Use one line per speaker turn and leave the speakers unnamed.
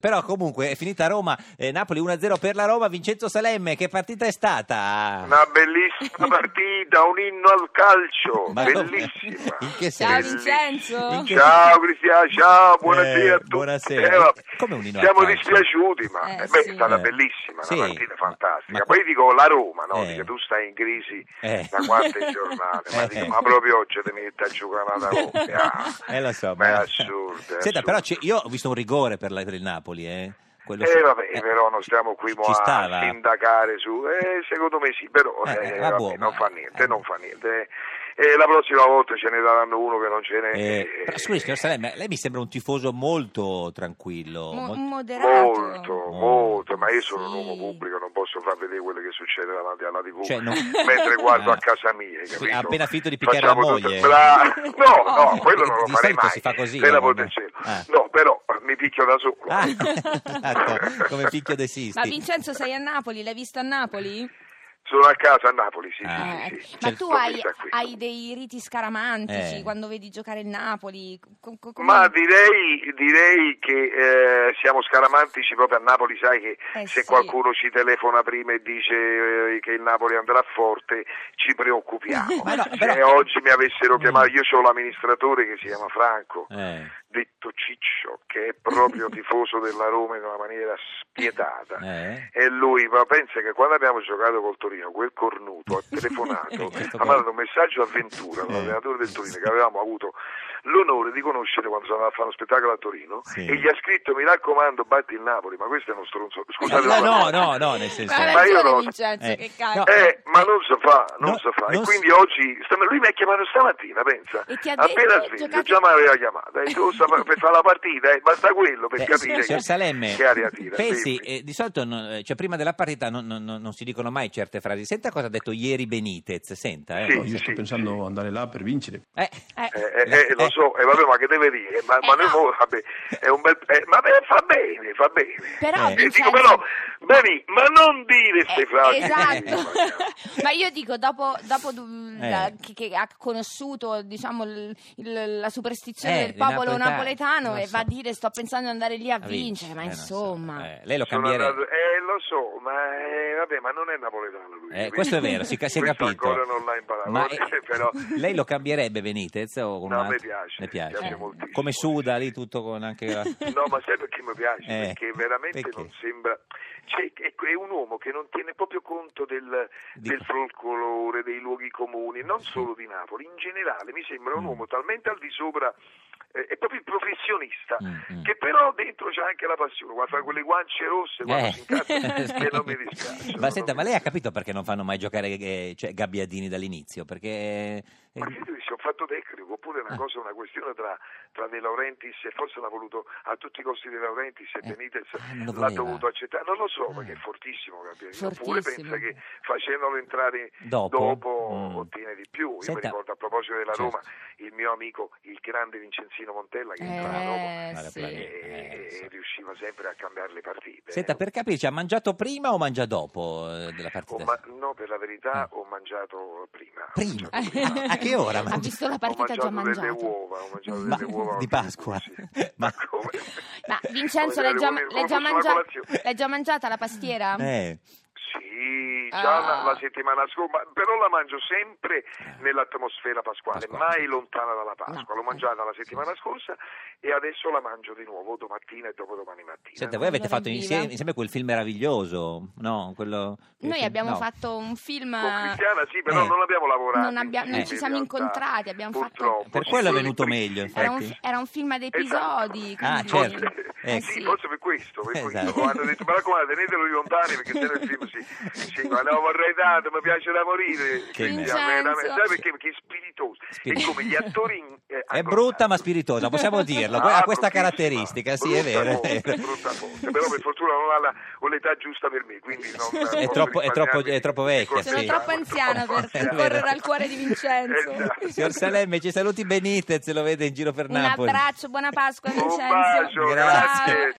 Però comunque è finita Roma, eh, Napoli 1-0 per la Roma, Vincenzo Salemme, che partita è stata?
Una bellissima partita, un inno al calcio,
Ma come?
bellissima.
In che
Ciao
senso?
Vincenzo!
Vincenzo.
Ciao Cristiano, ciao, buonasera
Eh,
a tutti.
buonasera.
Eh, vabbè,
Come un inno al
Siamo
calcio?
dispiaciuti, ma
Eh,
eh, beh,
sì.
è stata
Eh.
bellissima,
Sì.
una partita
Ma-
fantastica.
ma-
Poi dico la Roma, no?
Eh.
Dice, tu stai in crisi
Eh.
da quante giornate, ma,
Eh.
dico, ma proprio oggi ti metti a giocare alla Roma. Ah.
Eh lo so,
ma è assurdo. è
Senta,
assurdo.
però c'è- io ho visto un rigore per, la- per il Napoli, eh. Quello
Eh,
su-
vabbè,
eh,
però non stiamo qui mo
ci
a
stava.
sindacare su, eh, secondo me sì, però
Eh,
eh,
eh,
vabbè,
vabbè,
non
ma-
fa niente,
eh.
non fa niente. Eh, la prossima volta ce ne daranno uno che non ce n'è.
Eh, però, scusi, signor
sarà
Salemme, lei mi sembra un tifoso molto tranquillo.
Mo-
molto-
moderato.
eh. molto,
Oh.
molto, ma io sono un uomo
Sì.
pubblico, non posso far vedere quello che succede davanti alla
mm.
TV
Cioè, non-
mentre guardo
Ah.
a casa mia.
Sì,
capito?
ha appena finito di picchiare
Facciamo
la
tutto-
moglie.
Bra- No,
Oh.
no, quello non lo
Di
farei
solito
mai.
si fa così,
per la
no?
botte del cielo.
Ah.
No, però mi picchio da solo.
Ah, esatto, come picchio de Sisti.
Ma Vincenzo sei a Napoli, l'hai visto a Napoli?
Sono a casa a Napoli, sì,
Ah.
sì,
Eh,
sì.
Ma
Certo.
tu hai,
Sta qui.
hai dei riti scaramantici
Eh.
quando vedi giocare il Napoli? Co- co- come-
Ma direi, direi che eh, siamo scaramantici proprio a Napoli, sai che
Eh
se
sì.
qualcuno ci telefona prima e dice eh, che il Napoli andrà forte ci preoccupiamo.
Ma no,
se
però-
oggi mi avessero chiamato,
Mm.
io ho l'amministratore che si chiama Franco,
Eh.
detto Ciccio, che è proprio tifoso della Roma in una maniera spietata.
Eh.
E lui, ma pensa che quando abbiamo giocato col Torino, quel cornuto ha telefonato,
Questo
ha mandato un messaggio a Ventura,
Eh.
l'allenatore del Torino, che avevamo avuto l'onore di conoscere quando sono andato a fare uno spettacolo a Torino,
Sì.
e gli ha scritto, mi raccomando, batti il Napoli, ma questo è uno stronzo, scusate
Eh, No,
la
no,
parola.
no, no, nel senso...
Ma hai
Ma io
ragione,
no.
Vincenzo,
Eh.
che cazzo.
No.
Eh, ma non si fa, non
No,
si fa.
non
e
si-
quindi oggi, stam- lui mi ha chiamato stamattina, pensa.
E ti ha
Appena
detto,
sveglio,
giocate-
già mi aveva chiamato. Eh, tu sta- per fare la partita, eh, basta quello per
Eh,
capire
signor
che,
Salemme,
che aria tira.
pensi,
dimmi.
eh, di solito non- eh, cioè, prima della partita non, non- non- non si dicono mai certe frasi. Senta cosa ha detto ieri Benitez, senta. Eh,
Sì.
No, io sto pensando di andare là per vincere.
Eh,
Eh,
Eh, eh, eh, lo so, e vabbè, ma che deve dire? Ma,
Eh,
ma noi
no.
mo- vabbè, è un bel. eh, ma beh, fa bene, fa bene.
Però,
Eh.
E dico,
Vincenzo,
però, Beni, ma non dire queste
Eh,
frasi.
esatto.
Eh,
Ma io dico, dopo, dopo du-
Eh.
la- che, che ha conosciuto diciamo, l- il- la superstizione
Eh,
del
dei
popolo
napoletani,
napoletano
lo
e
so.
va a dire sto pensando di andare lì a,
ha vinto.
vincere, ma
Eh, non so.
insomma...
Eh, lei lo
sono
cambierebbe.
andato- eh, lo so, ma eh, vabbè, ma non è napoletano lui.
Eh,
quindi-
questo è vero, si, ca- si è
questo
capito.
ancora non l'ha imparato.
Ma, eh,
però,
lei lo cambierebbe Benitez? O con
No,
un altro?
mi piace,
Le piace.
mi piace
Eh.
moltissimo.
Come suda lì tutto con anche... la-
No, ma sai perché mi piace?
Eh,
perché veramente
perché?
non sembra. Cioè, ecco, è un uomo che non tiene proprio conto del,
Di-
del folklore, dei luoghi comuni, non solo di Napoli. In generale, mi sembra un
Mm.
uomo talmente al di sopra. eh, è proprio il professionista,
Mm, mm.
che però dentro c'è anche la passione. Guarda, fa quelle guance rosse quando
Eh.
si incazza, che non mi dispiace.
ma
non
senta,
mi
ma lei ha
dispiace.
capito perché non fanno mai giocare eh, cioè, Gabbiadini dall'inizio? Perché... eh,
Ma che tu dici, ho fatto tecnico, oppure
Ah.
una cosa, una questione tra, tra De Laurentiis e forse l'ha voluto a tutti i costi De Laurentiis e
Eh,
Benitez
ah, non lo
l'ha
voleva.
dovuto accettare, non lo so,
Ah.
perché è fortissimo Gabriele, oppure
Fortissimo.
pensa che facendolo entrare
Dopo?
dopo,
Mm.
ottiene di più. Io mi
Senta-
ricordo a proposito della
Certo.
Roma, il mio amico, il grande Vincenzino Montella, che
Eh,
entrava dopo
Vale
sì.
per la
e,
niente. Eh, sì.
e riusciva sempre a cambiare le partite. eh.
Senta, per capirci, ha mangiato prima o mangia dopo eh, della
Ho
partita?
Oh,
Eh.
ma- no, per la verità ho mangiato prima. Ho
Prima?
mangiato prima.
A che ora?
Ha visto la Eh, partita già
ho mangiato delle
mangiato.
uova, ho mangiato
Ma-
delle uova
di
oggi,
Pasqua?
sì.
Ma-
come?
Ma Vincenzo,
Come
l'hai già,
delle uova,
l'hai già
come faccio
mangia-
la colazione?
l'hai già mangiata la pastiera?
Eh,
Sì, già la,
Ah.
la settimana scorsa, ma- però la mangio sempre nell'atmosfera pasquale,
Pasquale,
mai
sì.
lontana dalla Pasqua.
No. eh,
L'ho mangiata la settimana scorsa e adesso la mangio di nuovo domattina e dopodomani mattina.
senta, voi avete
Allora,
fatto
viva.
insieme, insieme quel film meraviglioso, no? Quello, quel
Noi
film-
abbiamo
no.
fatto un film...
Con Cristiana sì, però
Eh.
non abbiamo lavorato.
Non abbia- non
insieme,
ci
in
siamo
realtà,
incontrati, abbiamo fatto-
purtroppo.
Per quello è
Sì,
venuto
sì.
meglio, ecco. infatti.
Era un, era un film ad
Esatto.
episodi.
Ah,
quindi-
certo.
Forse,
Eh,
sì,
sì.
forse per questo, per questo.
Esatto.
hanno detto mi raccomando tenetelo lontani perché se no il film si, si ma no vorrei tanto mi piace da morire
Che
Quindi,
merda.
a me- a me-
Vincenzo.
sai perché? perché è spiritoso
Spirito-
e come gli attori in- eh,
È
anglo-
brutta ma spiritosa, possiamo dirlo, que-
Ah,
ha questa
bruttissima.
caratteristica, sì è
Brutta
vero.
forte,
è vero.
brutta forte. però per fortuna non ha la- ho l'età giusta per me quindi non
È
posso
troppo- è troppo-
risparmiarmi
è troppo
di
vecchia,
cose
Sono
sì.
troppo
troppo-
anziano per
È vero.
correre al cuore di Vincenzo.
Esatto.
Signor Salemme, ci saluti Benitez, lo vede in giro per
Un
Napoli.
abbraccio, buona Pasqua
Un
Vincenzo.
bacio,
Grazie.
grazie.